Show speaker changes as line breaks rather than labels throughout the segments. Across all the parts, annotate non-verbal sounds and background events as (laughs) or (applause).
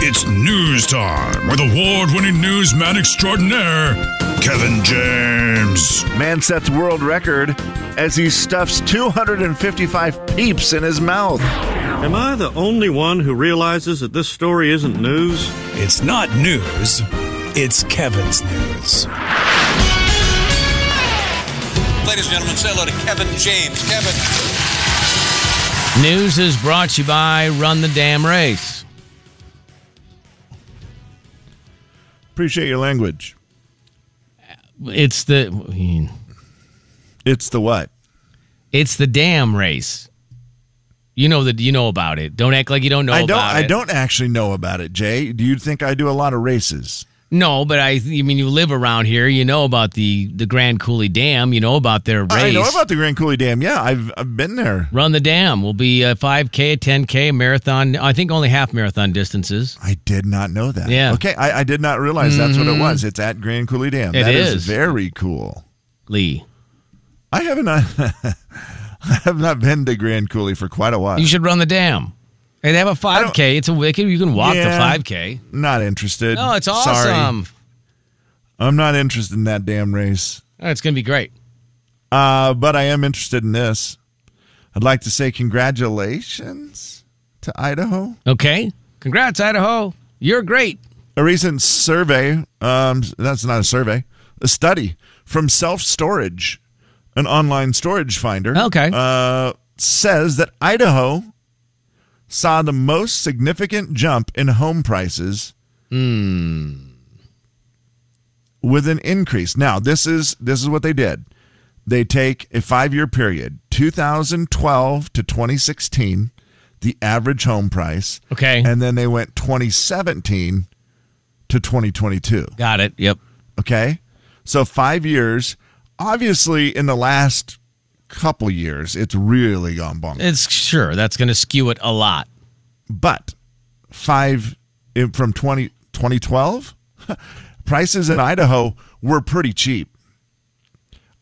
It's news time with award winning newsman extraordinaire, Kevin James.
Man sets world record as he stuffs 255 peeps in his mouth.
Am I the only one who realizes that this story isn't news?
It's not news, it's Kevin's news.
Ladies and gentlemen, say hello to Kevin James. Kevin.
News is brought to you by Run the Damn Race.
Appreciate your language.
It's the
It's the what?
it's the damn race. You know that you know about it. Don't act like you don't know
I don't.
about
I
it.
don't actually know about it, Jay. Do you think I do a lot of races?
No, but I, I mean you live around here, you know about the the Grand Coulee Dam, you know about their race.
I know about the Grand Coulee Dam. Yeah, I've I've been there.
Run the Dam will be a 5K, 10K marathon. I think only half marathon distances.
I did not know that.
Yeah. Mm-hmm.
Okay. I, I did not realize that's what it was. It's at Grand Coulee Dam.
It
that is.
is.
very cool.
Lee,
I have not. (laughs) I have not been to Grand Coulee for quite a while.
you should run the dam. Hey, they have a 5K. It's a wicked. You can walk
Yeah.
the 5K.
not interested.
No, Oh, it's
Sorry.
awesome.
I'm not interested in that damn race.
Oh, it's gonna be great.
Uh, but I am interested in this. I'd like to say congratulations to Idaho.
Okay, congrats, Idaho. You're great.
A recent survey, um, that's not a survey, a study from Self Storage, an online storage finder.
Okay.
Uh, says that Idaho saw the most significant jump in home prices. With an increase. Now, this is this is what they did. They take a five-year period, 2012 to 2016, the average home price.
Okay.
And then they went 2017 to 2022.
Got it. Yep.
Okay. So five years. Obviously, in the last couple years, it's really gone bonkers.
It's sure that's gonna skew it a lot.
But five in- from 20, 2012, (laughs) prices in Idaho were pretty cheap.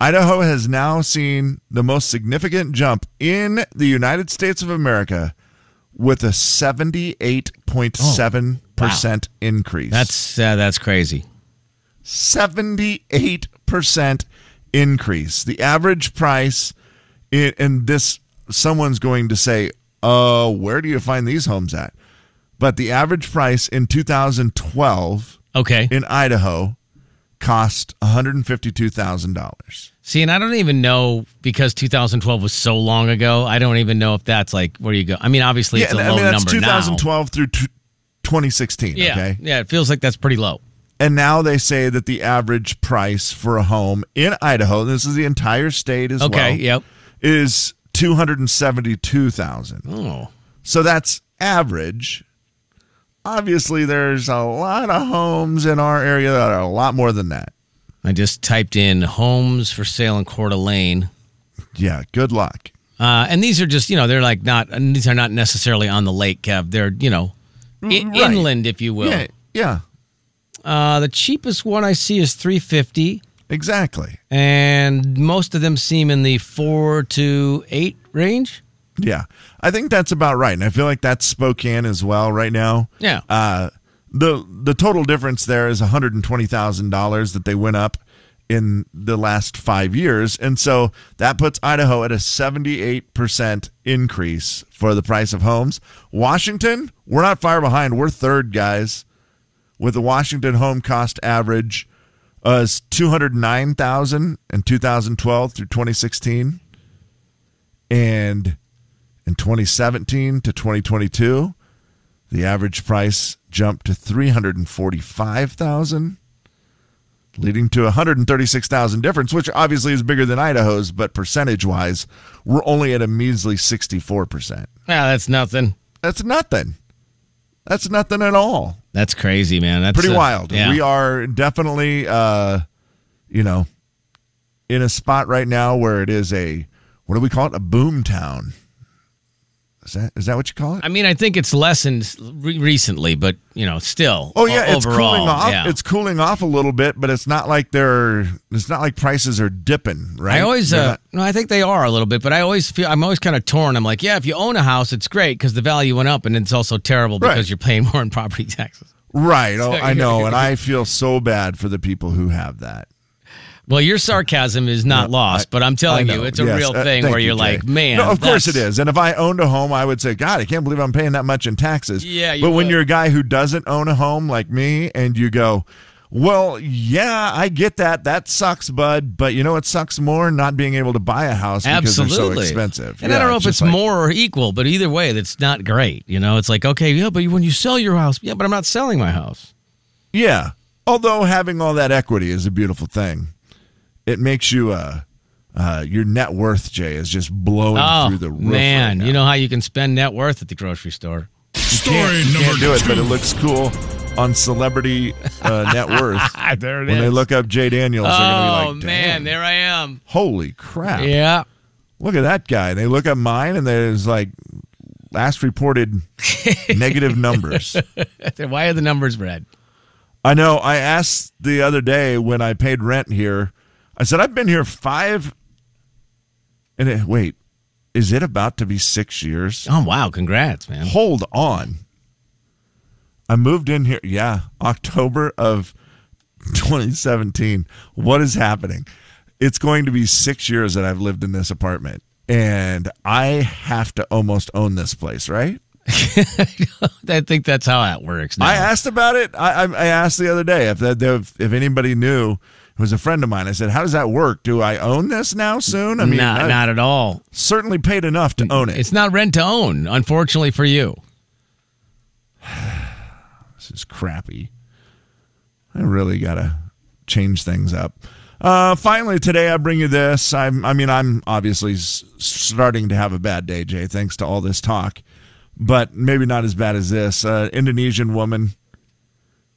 Idaho has now seen the most significant jump in the United States of America with a 78.7% increase.
That's uh, that's crazy.
78% increase. The average price, i- and this, someone's going to say, uh, where do you find these homes at? But the average price in 2012
Okay.
in Idaho cost $152,000.
See, and I don't even know because 2012 was so long ago. I don't even know if that's like where you go. I mean, obviously it's a
and
low
I mean, that's
number now.
2012 through t- 2016.
Yeah,
Okay.
yeah, it feels like that's pretty low.
And now they say that the average price for a home in Idaho, and this is the entire state as
Okay,
well,
yep.
is 272,000.
Oh,
So that's average. Obviously there's a lot of homes in our area that are a lot more than that.
I just typed in homes for sale in Coeur d'Alene.
Yeah, good luck.
Uh, and these are just, you know, they're like not, and these are not necessarily on the lake, Kev. They're, you know, in-
Right.
inland, if you will.
Yeah, yeah,
Uh, the cheapest one I see is 350
exactly.
and most of them seem in the four to eight range.
Yeah. I think that's about right. And I feel like that's Spokane as well right now.
Yeah.
Uh, the the total difference there is $120,000 that they went up in the last 5 years and so that puts Idaho at a 78% increase for the price of homes. Washington, we're not far behind. We're third, guys. With the Washington home cost average uh, is 209,000 in 2012 through 2016 and in 2017 to 2022 the average price jumped to 345,000 leading to a 136,000 difference which obviously is bigger than Idaho's but percentage wise we're only at a measly 64%.
Yeah, that's nothing.
That's nothing. That's nothing at all.
That's crazy, man. That's
Pretty
uh,
wild.
Yeah.
We are definitely uh you know in a spot right now where it is a what do we call it? A boom town. Is that is that what you call it?
I mean, I think it's lessened re- recently, but you know, still.
Oh yeah,
o-
it's
overall,
cooling off.
yeah.
It's cooling off a little bit, but it's not like they're. It's not like prices are dipping, right?
I always
They're
uh,
not-
no, I think they are a little bit, but I always feel I'm always kind of torn. I'm like, yeah, if you own a house, it's great because the value went up, and it's also terrible because
Right.
you're paying (laughs) more in property taxes.
right. Oh,
(laughs)
I know, and I feel so bad for the people who have that.
Well, your sarcasm is not lost, but I'm telling
I know,
you, it's a
yes.
real
Uh,
thing
thank
where
you,
you're
Jay.
like, man,
No, of course it
that's-
is. And if I owned a home, I would say, God, I can't believe I'm paying that much in taxes.
Yeah, you
but when
would.
you're a guy who doesn't own a home like me, and you go, Well, yeah, I get that. That sucks, bud. But you know what sucks more? Not being able to buy a house because they're so
Absolutely.
expensive.
And I
Yeah,
don't know if
just
it's
like-
more or equal, but either way, that's not great. You know, it's like, okay, yeah, but when you sell your house, yeah, but I'm not selling my house.
Yeah. Although having all that equity is a beautiful thing, it makes you uh, uh your net worth, Jay, is just blowing
Oh,
through the roof. right
man,
now.
you know how you can spend net worth at the grocery store. (laughs)
Story
you
number
can't do it,
two.
but it looks cool on celebrity (laughs) uh, net worth.
Ah, there it
when they look up Jay Daniels, they're gonna be
oh,
like,
man,
"Damn,
there I am.
holy crap!
Yeah. (laughs)
Look at that guy." And they look up mine, and there's like last (laughs) reported negative numbers.
Why are the numbers red?
I know. I asked the other day when I paid rent here. I said, "I've been here five, and it, wait, is it about to be six years?"
Oh, wow. Congrats, man. (laughs)
hold on. I moved in here, yeah, October of 2017. What is happening? It's going to be six years that I've lived in this apartment, and I have to almost own this place, right?
I think that's how that works. Now.
I asked about it. I, I, I asked the other day if that if, if anybody knew. It was a friend of mine. I said, "How does that work? Do I own this now soon?" I mean,
not,
I
not at all.
certainly paid enough to own it.
It's not rent to own, unfortunately for you.
this is crappy. I really gotta change things up. Uh, finally, today I bring you this. I'm, I mean, I'm obviously s- starting to have a bad day, Jay, thanks to all this talk, but maybe not as bad as this. Uh, Indonesian woman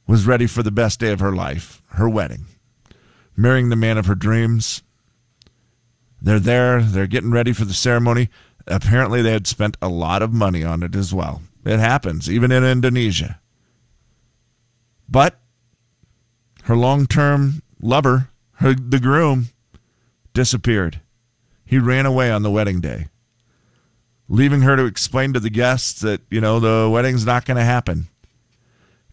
was ready for the best day of her life, her wedding, marrying the man of her dreams. They're there. They're getting ready for the ceremony. Apparently, they had spent a lot of money on it as well. It happens, even in Indonesia. But her long term lover, her, the groom, disappeared. He ran away on the wedding day, leaving her to explain to the guests that, you know, the wedding's not going to happen.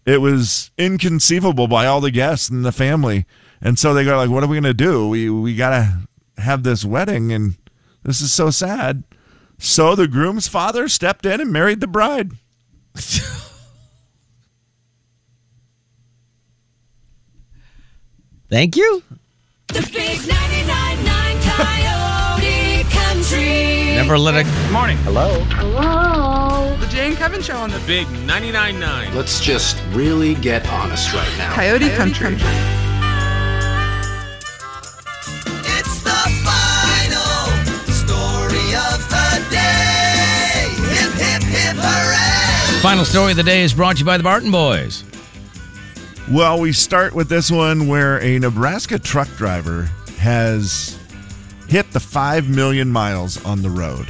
It was inconceivable by all the guests and the family. And so they go like, what are we going to do? We, we got to have this wedding and this is so sad. So the groom's father stepped in and married the bride.
Thank you.
The big 99.9 Coyote Country.
Never let it.
Morning.
The Jay and Kevin Show on the
Big 99.9.
Let's just really get honest right now.
Coyote, Country.
It's the final story of the day. Hip, hip, hip, hooray!
Final story of the day is brought to you by the Barton Boys.
Well, we start with this one where a Nebraska truck driver has hit the 5 million miles on the road.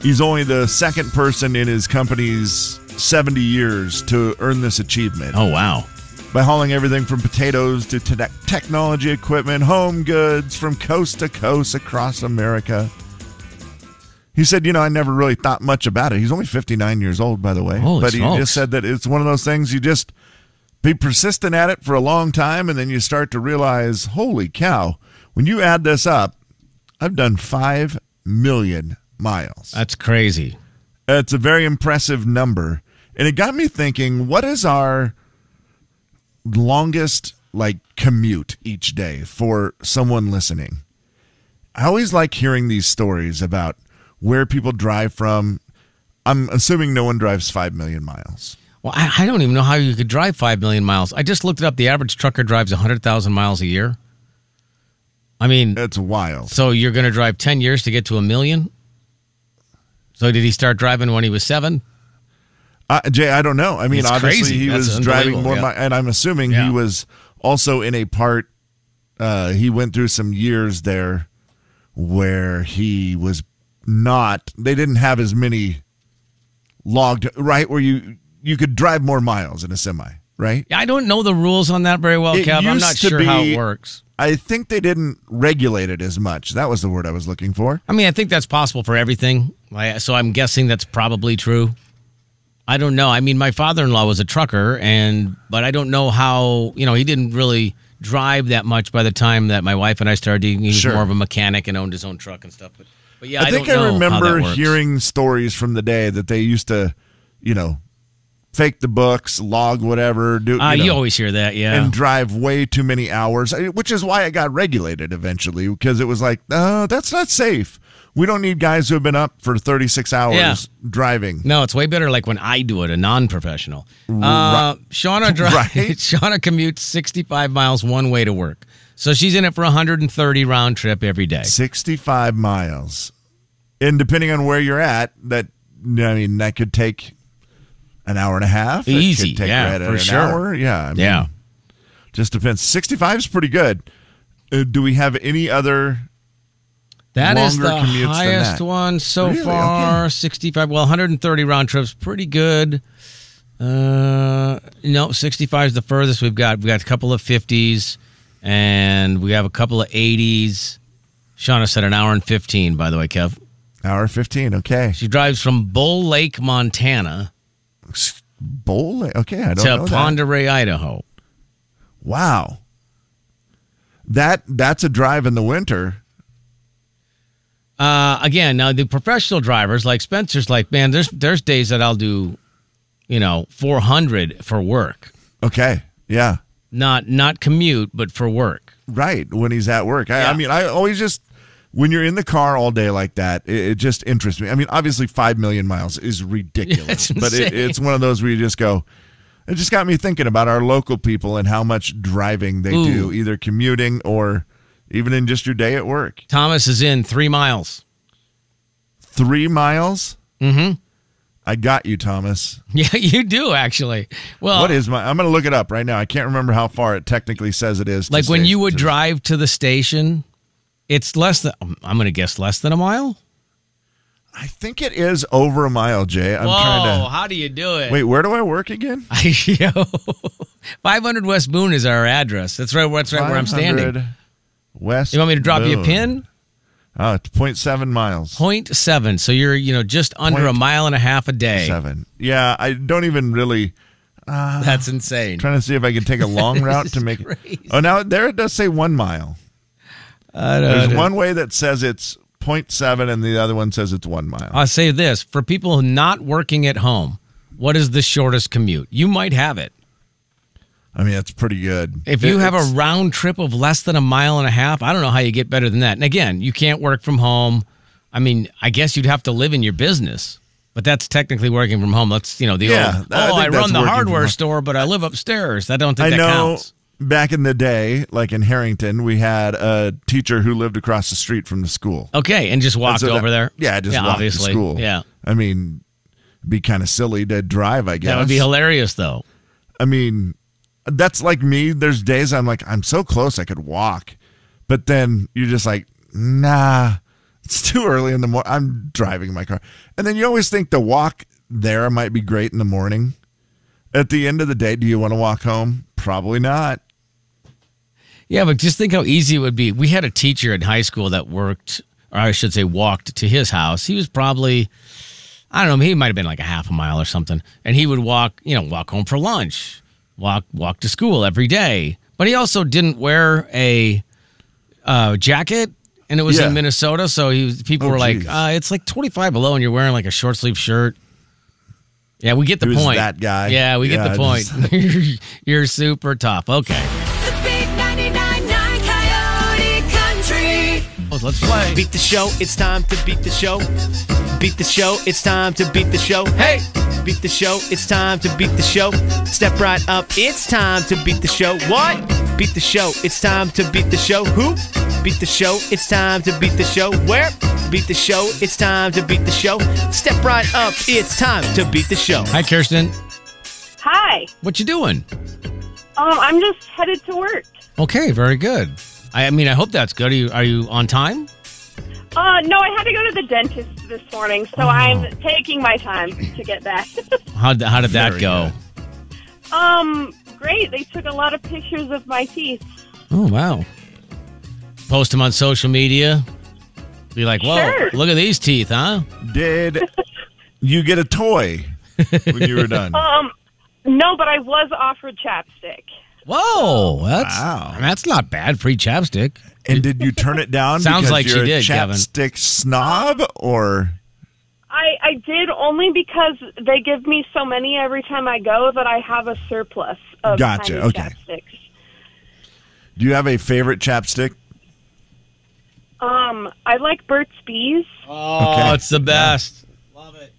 He's only the second person in his company's 70 years to earn this achievement
Oh, wow.
by hauling everything from potatoes to te- technology equipment, home goods from coast to coast across America. He said, "You know, I never really thought much about it. He's only 59 years old, by the way,
Holy
but he
smokes.
just said that it's one of those things you just be persistent at it for a long time, and then you start to realize, holy cow, when you add this up, I've done five million miles."
That's crazy.
It's a very impressive number. And it got me thinking, what is our longest like commute each day for someone listening? I always like hearing these stories about where people drive from. I'm assuming no one drives 5 million miles.
Well, I, I don't even know how you could drive 5 million miles. I just looked it up. The average trucker drives 100,000 miles a year. I mean,
That's wild.
so you're going to drive 10 years to get to a million? So did he start driving when he was seven?
Uh, Jay, I don't know. I mean,
It's
obviously
crazy.
he
That's
was driving
unbelievable,
more,
yeah.
mi- and I'm assuming
Yeah.
he was also in a part. Uh, he went through some years there where he was not they didn't have as many logged right where you you could drive more miles in a semi, right?
I don't know the rules on that very well,
It
Kev. I'm
used
not
to
sure how
be-
it works.
I think they didn't regulate it as much. That was the word I was looking for.
I mean, I think that's possible for everything. I- So I'm guessing that's probably true. I don't know. I mean, my father-in-law was a trucker, and but I don't know how. You know, he didn't really drive that much by the time that my wife and I started. He was
Sure.
more of a mechanic and owned his own truck and stuff. But, but yeah, I,
I think
don't know
I
how
remember
that works.
hearing stories from the day that they used to, you know, fake the books, log whatever, do
Uh,
you,
you,
know,
always hear that, yeah.
and drive way too many hours, I- which is why it got regulated eventually because it was like, uh, that's not safe. We don't need guys who have been up for 36 hours
Yeah.
driving.
No, it's way better like when I do it, a non-professional.
(laughs)
Uh, Shauna drives.
Right.
(laughs) Shauna commutes 65 miles one way to work, so she's in it for 130 round trip every day.
65 miles. And depending on where you're at, that I mean, that could take an hour and a half. It could
Easy,
take
yeah,
right at
for
an
sure.
hour. Yeah, I mean,
Yeah.
just depends. 65 is pretty good. Uh, do we have any other?
That is
longer
the
commutes than
highest
that.
one so
Really?
far. 65. Well, 130 round trips, pretty good. Uh, no, 65 is the furthest we've got. We've got a couple of 50s, and we have a couple of 80s. Shauna said an hour and 15, by the way, Kev.
Hour 15. Okay.
She drives from Bull Lake, Montana
Bowl. Okay. I don't
to
know. that.
Ponderay, Idaho.
Wow. That That's a drive in the winter.
Uh, again, now the professional drivers like Spencer's like, man, there's there's days that I'll do, you know, 400 for work.
Okay. Yeah.
not not commute, but for work.
Right. When he's at work. I, I
Yeah.
mean, I always just, when you're in the car all day like that, it, it just interests me. I mean, obviously, 5 million miles is ridiculous,
(laughs) it's
but it,
insane.
it's one of those where you just go, it just got me thinking about our local people and how much driving they do,
Ooh.
either commuting or even in just your day at work.
Thomas is in three miles. (laughs)
Three miles?
Mhm.
I got you, Thomas.
Yeah, you do actually. Well,
what is my? I'm going to look it up right now. I can't remember how far it technically says it is. to
like when
state-
you would
to-
drive to the station, it's less than I'm going to guess less than a mile.
I think it is over a mile, Jay. I'm
Whoa,
trying
how do you do
to.
it? (laughs)
Wait, where do I work again?
Yo, 500 West Boone is our address. That's right. That's right where I'm standing.
500 West.
You want me to drop you a
Boone.
pin?
Oh, it's 0.7 miles.
Point seven. So you're you know just under a
Point
mile and a half a day.
Seven. Yeah, I don't even really
(laughs) That's insane.
trying to see if I can take a
(laughs)
long route to make. It. Oh, now there it does say one mile.
I don't
There's
know.
one way that says it's 0.7, and the other one says it's one mile.
I'll say this for people not working at home, what is the shortest commute? You might have it.
I mean, that's pretty good.
If you
It-
have a
it's-
round trip of less than a mile and a half, I don't know how you get better than that. And again, you can't work from home. I mean, I guess you'd have to live in your business, but that's technically working from home. That's, you know, the
Yeah,
old, oh,
I think that's
I, run the
working from
hardware
home.
store, but I live upstairs. I don't think
I
that
know
counts.
back in the day, like in Harrington, we had a teacher who lived across the street from the school.
Okay. And just Oh, walked
And so that-
over there.
Yeah, I just walked
obviously.
to school.
Yeah.
I mean, be kind of silly to drive, I guess.
That would be hilarious, though.
I mean, that's like me. There's days I'm like, I'm so close I could walk. But then you're just like, nah, it's (laughs) too early in the morning. I'm driving my car. And then you always think the walk there might be great in the morning. At the end of the day, do you want to walk home? Probably not.
Yeah, but just think how easy it would be. We had a teacher in high school that worked, or I should say, walked to his house. He was probably, I don't know, he might have been like a half a mile or something. And he would walk, you know, walk home for lunch, walk walk to school every day. But he also didn't wear a uh, jacket, and it was
Yeah.
in Minnesota, so he was, people
Oh,
were like,
geez.
uh, "It's like twenty five below, and you're wearing like a short sleeve shirt." Yeah, we get the
He was
point.
that guy.
Yeah, we
Yeah,
get the
I
point.
just-
(laughs) you're super tough. Okay.
The big 99.9 Coyote Country.
Let's play.
Beat the show, it's time to beat the show. Beat the show, it's time to beat the show. Hey! Beat the show, it's time to beat the show. Step right up, it's time to beat the show. What? Beat the show, it's time to beat the show. Who? Beat the show, it's time to beat the show. Where? Beat the show, it's time to beat the show. Step right up, it's time to beat the show.
Hi, Kirsten.
Hi.
What you doing?
Oh,
Um, I'm just headed to work.
Okay, very good. I, I mean, I hope that's good. Are you, are you on time?
Uh, no, I had to go to the dentist this morning, so
Oh.
I'm taking my time to get back.
How d- how did that go?
(laughs) um, great. They took a lot of pictures of my teeth.
Oh wow! Post them on social media. Be like, whoa,
Sure.
look at these teeth, huh?
Did you get a toy when you were done?
Um, no, but I was offered chapstick.
Whoa, that's that's not bad. Free chapstick.
And did you turn it down?
Sounds
because
like she
you're a
did, Kevin.
chapstick snob, or
I, I did only because they give me so many every time I go that I have a surplus of
Gotcha,
tiny
okay.
chapsticks.
do you have a favorite chapstick?
Um, I like Burt's Bees.
Oh,
Okay.
it's the best. Love it.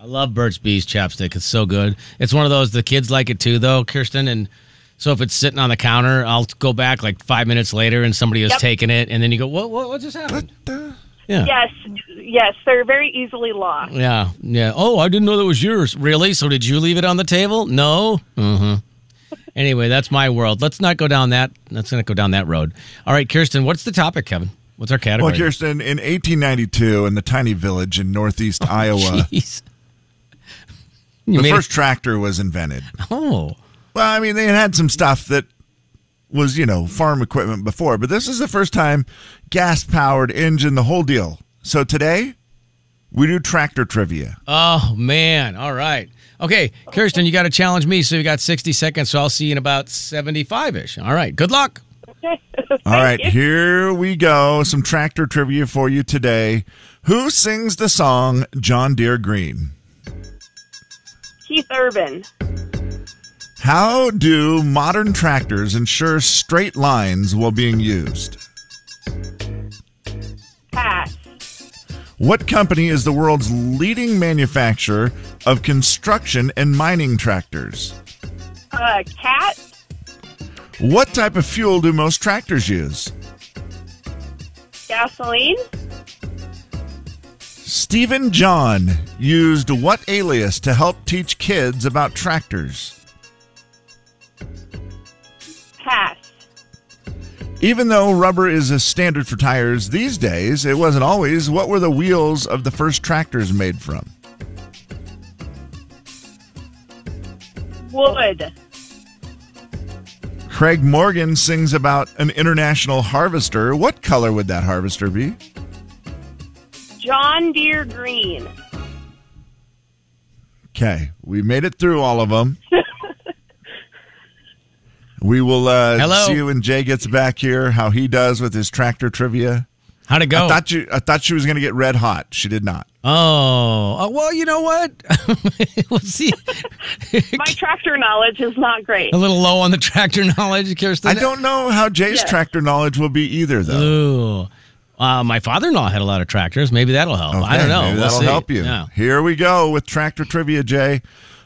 I love Burt's Bees chapstick. It's so good. It's one of those the kids like it too, though, Kirsten. And so if it's sitting on the counter, I'll go back like five minutes later, and somebody has
Yep.
taken it, and then you go, what, what, what just happened? Yeah.
Yes, yes, they're very easily lost.
Yeah, yeah. Oh, I didn't know that was yours. Really? So did you leave it on the table? No. Mm-hmm. Anyway, that's my world. Let's not go down that. Let's not go down that road. All right, Kirsten. What's the topic, Kevin? What's our category? (laughs)
Well, Kirsten, in 1892, in the tiny village in northeast Iowa,
Jeez. Oh, You
the
made
first tractor was invented.
it, oh,
Well, I mean, they had some stuff that was, you know, farm equipment before, but this is the first time gas powered engine, the whole deal. So today, we do tractor trivia.
oh man. All right. Okay, Kirsten, you got to challenge me. So you got sixty seconds. So I'll see you in about seventy-five ish. All right. Good luck.
All right, here we go. Some tractor trivia for you today. Who sings the song John Deere Green?
Keith Urban.
How do modern tractors ensure straight lines while being used?
Pass.
What company is the world's leading manufacturer of construction and mining tractors?
Uh, cat.
What type of fuel do most tractors use?
Gasoline.
Stephen John used what alias to help teach kids about tractors?
Pass.
Even though rubber is a standard for tires these days, it wasn't always. What were the wheels of the first tractors made from?
Wood.
Craig Morgan sings about an international harvester. What color would that harvester be?
John Deere Green.
Okay, we made it through all of
(laughs)
them. we will uh,
Hello.
see you when Jay gets back here. How he does with his tractor trivia.
How'd it go?
I thought you. I thought she was going to get red hot. She did not.
oh, oh, well, you know what? (laughs) we'll see.
(laughs)
My tractor knowledge is not great.
A little low on the tractor (laughs) knowledge, Kirsten.
I don't know how Jay's
Yeah.
tractor knowledge will be either, though.
Ooh. Uh, my father-in-law had a lot of tractors. Maybe that'll help. I
Okay,
don't know.
maybe
We'll
that'll
see.
help you.
Yeah.
Here we go with tractor trivia, Jay.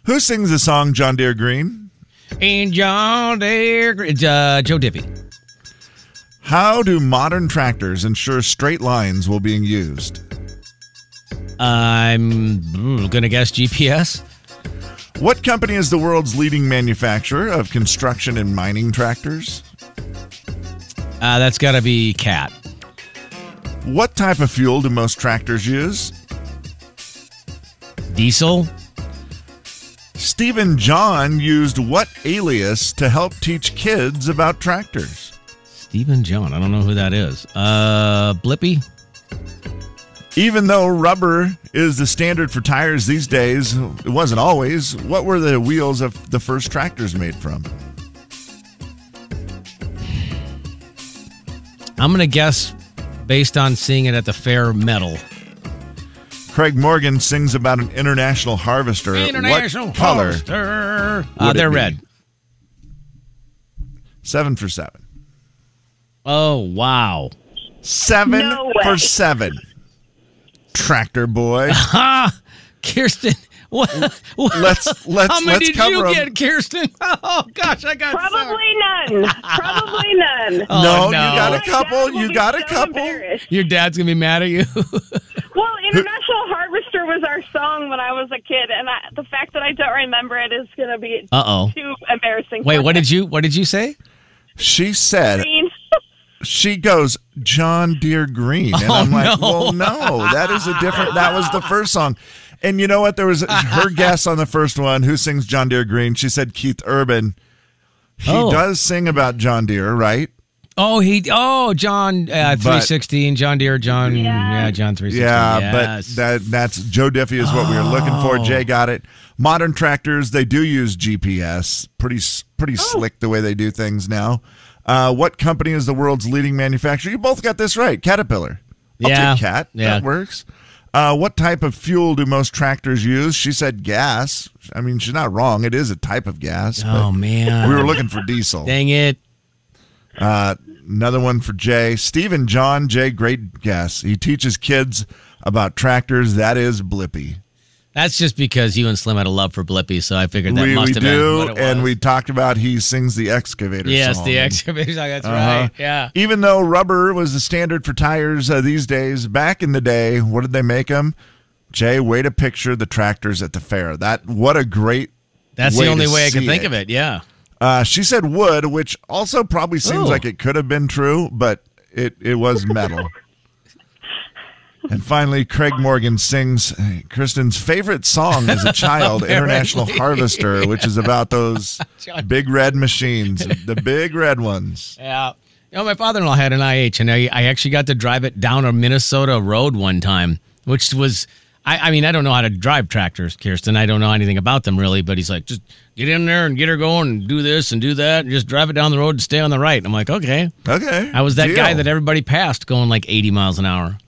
Who sings the song John Deere Green?
And John Deere, uh, Joe Dippy.
How do modern tractors ensure straight lines while being used?
I'm mm, gonna guess GPS.
What company is the world's leading manufacturer of construction and mining tractors?
Uh, that's got to be cat.
What type of fuel do most tractors use?
Diesel.
Stephen John used what alias to help teach kids about tractors?
Stephen John. I don't know who that is. Uh, Blippy.
Even though rubber is the standard for tires these days, it wasn't always. What were the wheels of the first tractors made from?
I'm gonna guess based on seeing it at the fair metal.
Uh, Craig Morgan sings about an international harvester. what color?
color.
would
Uh,
it
they're
be?
red.
Seven for seven.
Oh wow.
Seven
No way.
for seven. Tractor boy.
Kirsten, (laughs) what? what- (laughs)
Let's- let's-
How many
let's
did you
cover 'em.
get, Kirsten? (laughs) Oh gosh, I got sucked.
Probably
(laughs)
none. Probably none.
Oh,
no, you
no.
got
My
a couple.
dad will
You
be
got a
so
couple.
embarrassed.
Your dad's gonna be mad at you. (laughs)
Well, International Harvester was our song when I was a kid, and I, the fact that I don't remember it is going to be
Uh oh.
too embarrassing.
Wait, what did you what did you say?
She said
Green. (laughs)
she goes John Deere Green, and
Oh,
I'm like,
no.
well, no, that is a different. That was the first song, and you know what? There was her guess on the first one. Who sings John Deere Green? She said Keith Urban. He
Oh.
does sing about John Deere, right?
Oh, he. Oh, John uh,
But-
three sixteen. John Deere. John. Yeah, John three sixteen.
Yeah, but that that's Joe Diffie is what we were looking for.
Oh.
Jay got it. Modern tractors they do use GPS. Pretty s- pretty
Oh.
slick the way they do things now. Uh, what company is the world's leading manufacturer? You both got this right. Caterpillar. I'll
Yeah.
take cat.
Yeah.
That works. Uh, what type of fuel do most tractors use? She said gas. I mean, she's not wrong. It is a type of gas.
Oh,
but
man.
we were looking for diesel.
Dang it.
Uh, another one for Jay. Stephen John Jay, great guess. He teaches kids about tractors. That is Blippy.
That's just because you and Slim had a love for Blippy, so I figured that
we
must
we
have been
do,
what it
and
was.
we talked about he sings the excavator
yes,
song.
the excavator. song, (laughs) That's
Uh-huh.
right. Yeah.
Even though rubber was the standard for tires uh, these days, back in the day, what did they make them? Jay, way to picture the tractors at the fair. That what a great.
That's the only
to
way I can
see
think of it. Yeah.
Uh, she said wood, which also probably seems
Ooh.
like it could have been true, but it, it was
(laughs)
metal. and finally, Craig Morgan sings Kristen's favorite song
(laughs)
as a child, International
Apparently.
Harvester, which is about
(laughs)
those big red machines, the big red ones.
Yeah. You know, my father-in-law had an IH, and I, I actually got to drive it down a Minnesota road one time, which was, I, I mean, I don't know how to drive tractors, Kirsten. I don't know anything about them really, but he's like, just get in there and get her going and do this and do that and just drive it down the road and stay on the right. I'm like, okay.
Okay.
I was that guy
Deal.
that everybody passed going like 80 miles an hour.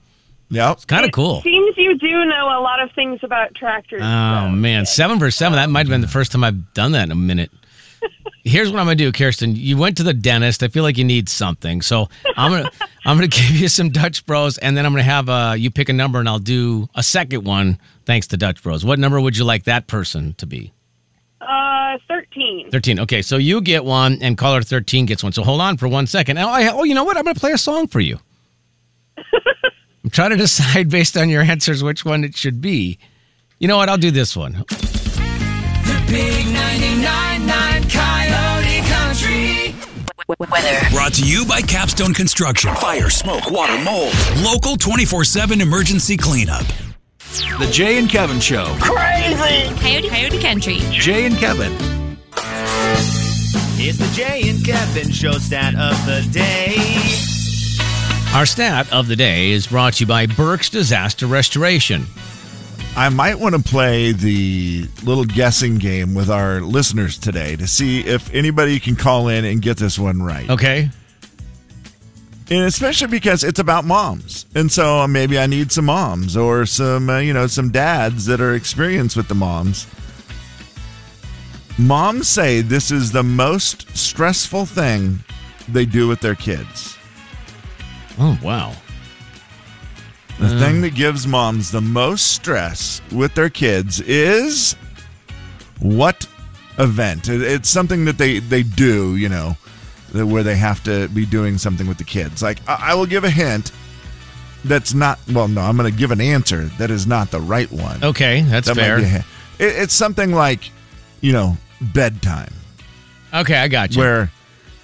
Yeah.
It's kind of cool.
Seems you do know a lot of things about tractors.
Uh.
Oh man, seven for seven. That might have been the first time I've done that in a minute. Here's what I'm gonna do, Kirsten. You went to the dentist. I feel like you need something, so I'm gonna (laughs) I'm gonna give you some Dutch Bros, and then I'm gonna have uh, you pick a number, and I'll do a second one. Thanks to Dutch Bros. What number would you like that person to be?
Uh, 13.
Thirteen. Okay, so you get one, and caller thirteen gets one. So hold on for one second. Oh, I, oh you know what? I'm gonna play a song for you. I'm trying to decide based on your answers which one it should be. You know what? I'll do this one.
Big 99.9 Coyote Country. Weather.
Brought to you by Capstone Construction. Fire, smoke, water, mold. Local 24 7 emergency cleanup. The Jay and Kevin Show.
Crazy. Coyote, Coyote Country.
Jay and Kevin.
It's the Jay and Kevin show stat of the day.
Our stat of the day is brought to you by Burke's Disaster Restoration.
I might want to play the little guessing game with our listeners today to see if anybody can call in and get this one right.
Okay.
And especially because it's about moms. And so uh, maybe I need some moms or some, uh, you know, some dads that are experienced with the moms. Moms say this is the most stressful thing they do with their kids.
Oh, wow.
The
Mm.
thing that gives moms the most stress with their kids is what event? It- It's something that they they do, you know, that- where they have to be doing something with the kids. Like I, I will give a hint. That's not well. No, I'm going to give an answer that is not the right one.
Okay, Oh, that's
That might
fair.
be a hint. It, it's something like, you know, bedtime
Okay, I got you.
where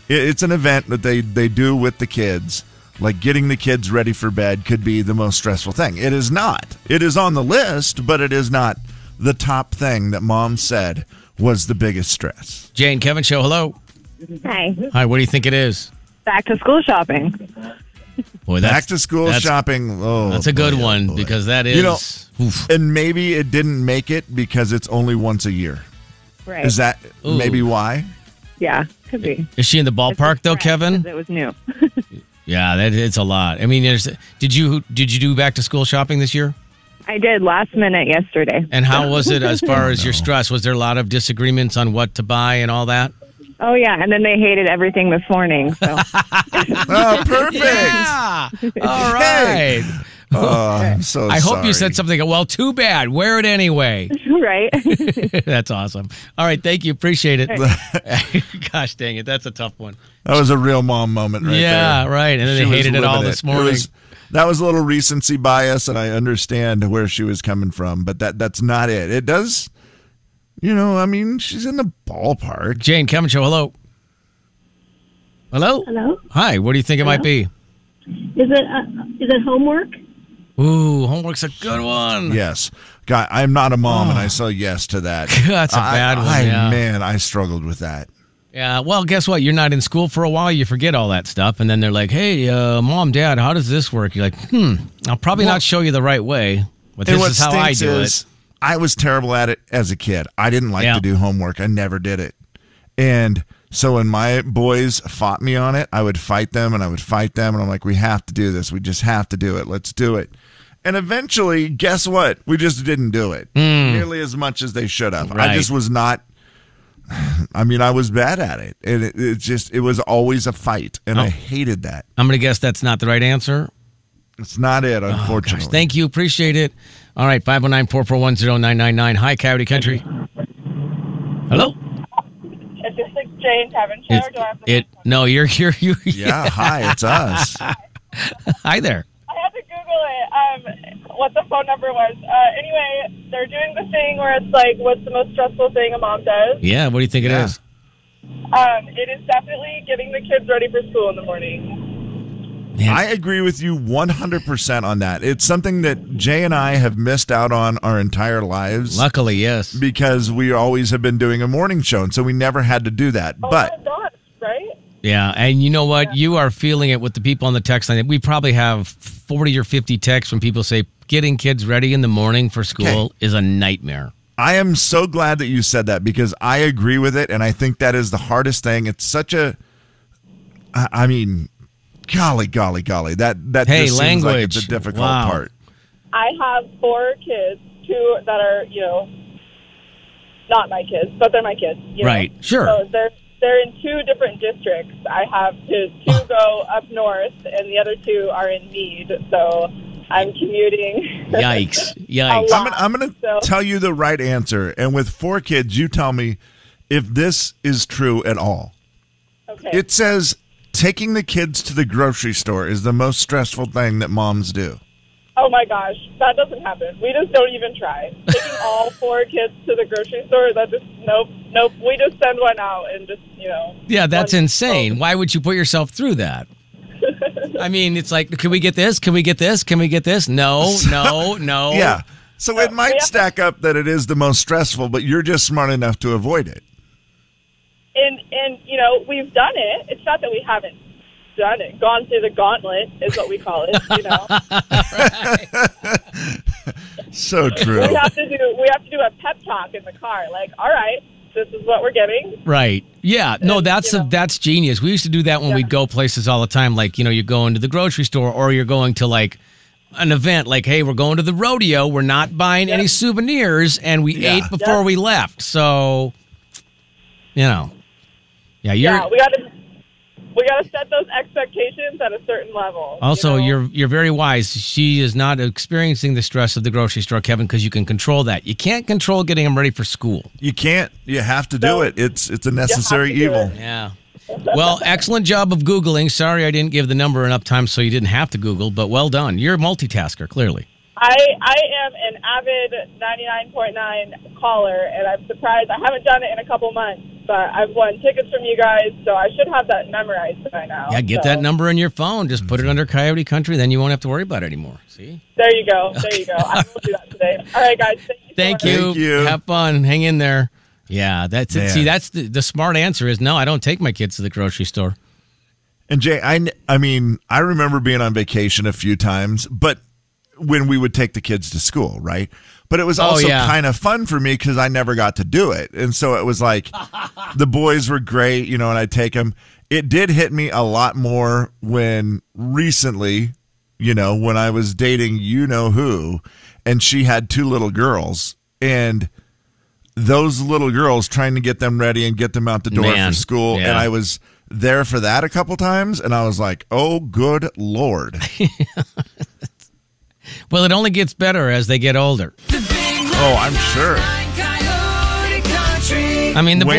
it- it's an event that they they do with the kids. Like getting the kids ready for bed could be the most stressful thing. It is not. It is on the list, but it is not the top thing that mom said was the biggest stress.
Jane Kevin show. Hello.
Hi.
Hi. What do you think it is?
Back to school shopping.
Boy,
Back to school
that's-
shopping. Oh,
That's a good
boy, oh
one
boy.
because that is.
You know, and maybe it didn't make it because it's only once a year.
Right.
Is that
Ooh.
maybe
(laughs)
why?
Yeah, could be.
is she in the ballpark though, Kevin?
It was new.
Yeah, that it's a lot. I mean, there's. Did you did you do back to school shopping this year?
I did last minute yesterday.
And how was it as far as your stress? Was there a lot of disagreements on what to buy and all that?
Oh yeah, and then they hated everything this morning.
(laughs)
So (laughs)
Oh, perfect.
Yeah. All right.
Oh, I'm so
I hope you
sorry.
said something. Well, too bad. Wear it anyway.
right.
that's awesome. All right, thank you. Appreciate it. (laughs) Gosh dang it, that's a tough one.
That was a real mom moment right there.
Yeah, right. And then they
was
hated it all
living
this morning.
was- that was a little recency bias, and I understand where she was coming from, but that that's not it. It does, you know, I mean, she's in the ballpark.
Jane Kevin show. Hello. Hello?
Hello?
Hi, what do you think it might be?
Is it uh, is it homework?
Ooh, homework's a good one.
Yes. God, I'm not a mom, and I say yes to that.
Oh. (laughs) That's a
I-
bad one,
I-
yeah.
Man, I struggled with that.
Yeah, well, guess what? You're not in school for a while. You forget all that stuff. And then they're like, hey, uh, mom, dad, how does this work? You're like, hmm, I'll probably
Well-
not show you the right way, but
and
this
what
is how I
stinks
do
is
it.
I was terrible at it as a kid. I didn't like to do homework. I never did it. And so when my boys fought me on it, I would fight them and I would fight them. And I'm like, we have to do this. We just have to do it. Let's do it. And eventually, guess what? We just didn't do it nearly as much as they should have. I
Hmm. Right.
just was not. (sighs) I mean, I was bad at it, and it, it just it was always a fight, and I
Oh.
hated that.
I'm going to guess that's not the right answer.
It's not it,
Oh, gosh.
unfortunately.
Thank you. Appreciate it. All right, oh 519 441 999. Hi, Coyote Country. Hello?
Is this the Jane Kevin show? or do I have to-
It, no, you're here. You,
(laughs) Yeah, hi, it's us.
hi there.
I had to Google it. Um, what the phone number was. Uh, anyway, they're doing the thing where it's like, what's the most stressful thing a mom does?
Yeah, what do you think it is?
Um, it is definitely getting the kids ready for school in the morning.
I agree with you 100% on that. It's something that Jay and I have missed out on our entire lives.
Luckily, yes.
Because we always have been doing a morning show, and so we never had to do that. But
Right?
Yeah, and you know what? You are feeling it with the people on the text line. We probably have 40 or 50 texts when people say getting kids ready in the morning for school is a nightmare.
I am so glad that you said that because I agree with it, and I think that is the hardest thing. It's such a, I I mean, golly, golly, golly. That, that
Hey,
just seems like it's a
language.
difficult
Wow.
part.
I have four kids, two that are, you know, not my kids, but they're my kids. you know?
Right, sure.
So they're, they're in two different districts. I have to, two
Ah.
go up north, and the other two are in need. So I'm commuting. (laughs)
Yikes.
A
Yikes.
lot.
I'm gonna, I'm gonna
So-
tell you the right answer. And with four kids, you tell me if this is true at all.
Okay.
It says taking the kids to the grocery store is the most stressful thing that moms do.
Oh my gosh, that doesn't happen. We just don't even try. Taking all four kids to the grocery store, that just nope, nope. We just send one out and just you know.
Yeah, that's
oh.
insane. Why would you put yourself through
(laughs)
that? I mean, it's like, can we get this? Can we get this? Can we get this?
(laughs)
No, no, no.
Yeah. So it might stack up that it is the most stressful, but you're just smart enough to avoid it.
And and you know we've done it. It's not that we haven't done it. Gone through the gauntlet is what we call it. You
(laughs)
know,
So true.
we have to do we have to do a pep talk in the car. Like, all right, this is what we're getting.
Right. Yeah. No, that's that's genius. We used to do that when we'd go places all the time. Like, you know, you're going to the grocery store or you're going to like an event like, hey, we're going to the rodeo. We're not buying any souvenirs and we
Yeah.
ate before
Yep.
we left. So, you know, yeah, you're
yeah, we got to we got to set those expectations at a certain level.
also you're you're very wise. She is not experiencing the stress of the grocery store, Kevin, because you can control that. You can't control getting them ready for school.
You can't. You have to do it. It's it's a necessary
do
evil.
Yeah. Well, excellent job of Googling. Sorry I didn't give the number enough time so you didn't have to Google, but well done. You're a multitasker, clearly.
I I am an avid 99.9 caller, and I'm surprised I haven't done it in a couple months. But I've won tickets from you guys, so I should have that memorized by now.
Yeah, get
So,
that number in your phone. Just put it under Coyote Country, then you won't have to worry about it anymore. See?
There you go. There
(laughs)
you go. I will do that today. All right, guys. Thank you. so
Thank
much.
you. Have fun. Hang in there. Yeah, that's it.
Man.
See, that's the, the smart answer is no, I don't take my kids to the grocery store.
And Jay, I, kn- I mean, I remember being on vacation a few times, but when we would take the kids to school, right? But it was
Oh,
also
yeah.
kind of fun for me because I never got to do it. And so it was like the boys were great, you know, and I'd take them. It did hit me a lot more when recently, you know, when I was dating you know who, and she had two little girls. And those little girls trying to get them ready and get them out the door
Man,
for school and
yeah.
i was there for that a couple times and i was like oh good lord
Well, it only gets better as they get older.
oh i'm sure
Coyote Country.
I mean, the
Way